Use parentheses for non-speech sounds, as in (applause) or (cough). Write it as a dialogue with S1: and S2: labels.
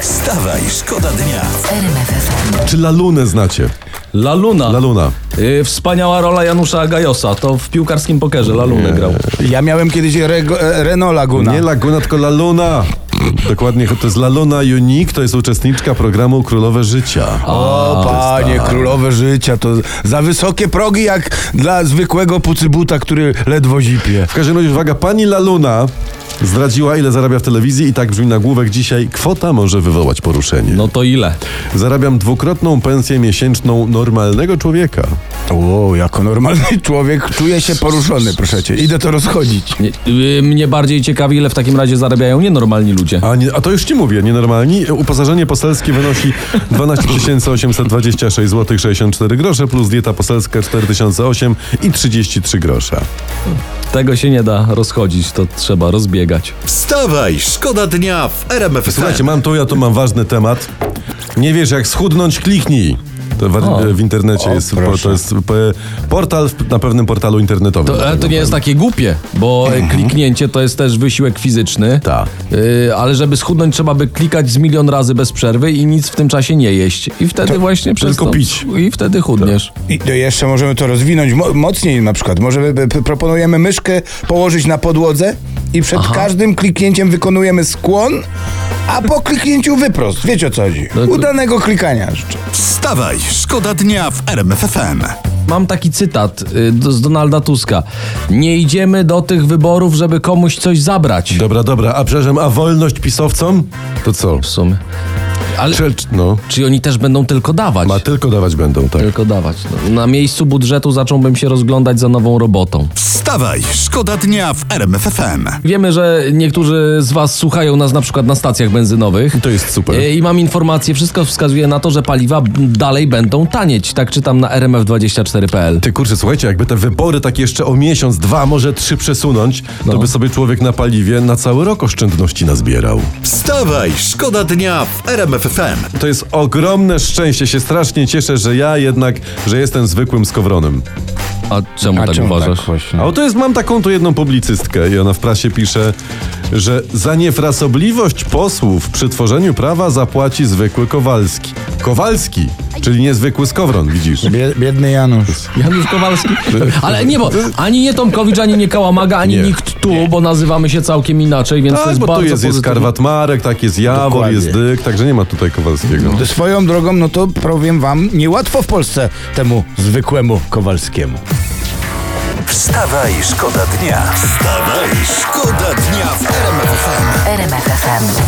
S1: Wstawaj, szkoda dnia.
S2: Czy Lalunę znacie?
S3: La Luna.
S2: Laluna.
S3: Y, wspaniała rola Janusza Gajosa. To w piłkarskim pokerze La Lunę grał.
S4: Ja miałem kiedyś Rego, e, Renault Laguna.
S2: Nie Laguna, tylko Laluna. Dokładnie, to jest Laluna Unique, to jest uczestniczka programu Królowe Życia.
S4: o panie, królowe życia, to za wysokie progi jak dla zwykłego pucybuta, który ledwo zipie.
S2: W każdym razie uwaga, pani Laluna zdradziła ile zarabia w telewizji i tak brzmi nagłówek dzisiaj. Kwota może wywołać poruszenie.
S3: No to ile?
S2: Zarabiam dwukrotną pensję miesięczną normalnego człowieka.
S4: O, jako normalny człowiek czuję się poruszony, proszę cię. Idę to rozchodzić.
S3: Nie, y, mnie bardziej ciekawi, ile w takim razie zarabiają nienormalni ludzie.
S2: A, nie, a to już ci mówię, nienormalni. Uposażenie poselskie wynosi 12 826 zł 64 grosze plus dieta poselska 4008 i 33 grosza.
S3: Tego się nie da rozchodzić, to trzeba rozbiegać.
S1: Wstawaj, szkoda dnia w RMF
S2: Słuchajcie,
S1: FM.
S2: mam tu, ja tu mam ważny temat. Nie wiesz, jak schudnąć, kliknij. To w, w internecie jest, po- to jest p- portal w- na pewnym portalu internetowym.
S3: To, e- ale to nie jest takie głupie, bo e, kliknięcie to jest też wysiłek fizyczny.
S2: Tak.
S3: Y, ale żeby schudnąć, trzeba by klikać z milion razy bez przerwy i nic w tym czasie nie jeść. I wtedy właśnie przez
S2: tylko
S3: to,
S2: pić.
S3: I wtedy chudniesz.
S4: I to jeszcze możemy to rozwinąć mo- mocniej na przykład. Może by- by- proponujemy myszkę położyć na podłodze i przed każdym kliknięciem wykonujemy skłon, a po kliknięciu wyprost. Wiecie o co chodzi.
S3: No
S4: Udanego klikania jeszcze.
S1: Wstawaj, szkoda dnia w RMF FM.
S3: Mam taki cytat y, do- z Donalda Tuska. Nie idziemy do tych wyborów, żeby komuś coś zabrać.
S2: Dobra, dobra, a przepraszam, a wolność pisowcom? To co?
S3: W sumie. Ale
S2: Przecz, no,
S3: czy oni też będą tylko dawać?
S2: ma tylko dawać będą, tak.
S3: Tylko dawać. No, Na miejscu budżetu zacząłbym się rozglądać za nową robotą.
S1: Wstawaj, szkoda dnia w RMF FM.
S3: Wiemy, że niektórzy z Was słuchają nas na przykład na stacjach benzynowych.
S2: To jest super.
S3: E, I mam informację, wszystko wskazuje na to, że paliwa b- dalej będą tanieć. Tak czytam na rmf24.pl.
S2: Ty kurczę, słuchajcie, jakby te wybory tak jeszcze o miesiąc, dwa, może trzy przesunąć, to by sobie człowiek na paliwie na cały rok oszczędności nazbierał.
S1: Wstawaj, szkoda dnia w RMF FM.
S2: To jest ogromne szczęście, się strasznie cieszę, że ja jednak, że jestem zwykłym skowronem.
S3: A czemu tak uważasz?
S2: A oto jest, mam taką tu jedną publicystkę i ona w prasie pisze, że za niefrasobliwość posłów przy tworzeniu prawa zapłaci zwykły Kowalski. Kowalski, czyli niezwykły skowron, widzisz?
S4: Bie- Biedny Janusz.
S3: Janusz
S2: (laughs)
S3: Kowalski. Ale nie, bo ani nie Tomkowicz, ani nie Kałamaga, ani
S2: Nie.
S3: nikt tu, bo nazywamy się całkiem inaczej, więc to
S2: Tak,
S3: jest
S2: bo tu
S3: bardzo
S2: jest, jest
S3: pozytywne.
S2: Karwat Marek, tak jest Jawor,
S4: Dokładnie.
S2: jest Dyk, także nie ma tutaj Kowalskiego.
S4: Swoją drogą, no to powiem wam, niełatwo w Polsce temu zwykłemu Kowalskiemu.
S1: Wstawaj, szkoda dnia. Wstawaj, szkoda dnia w RMF FM.
S5: RMFFM.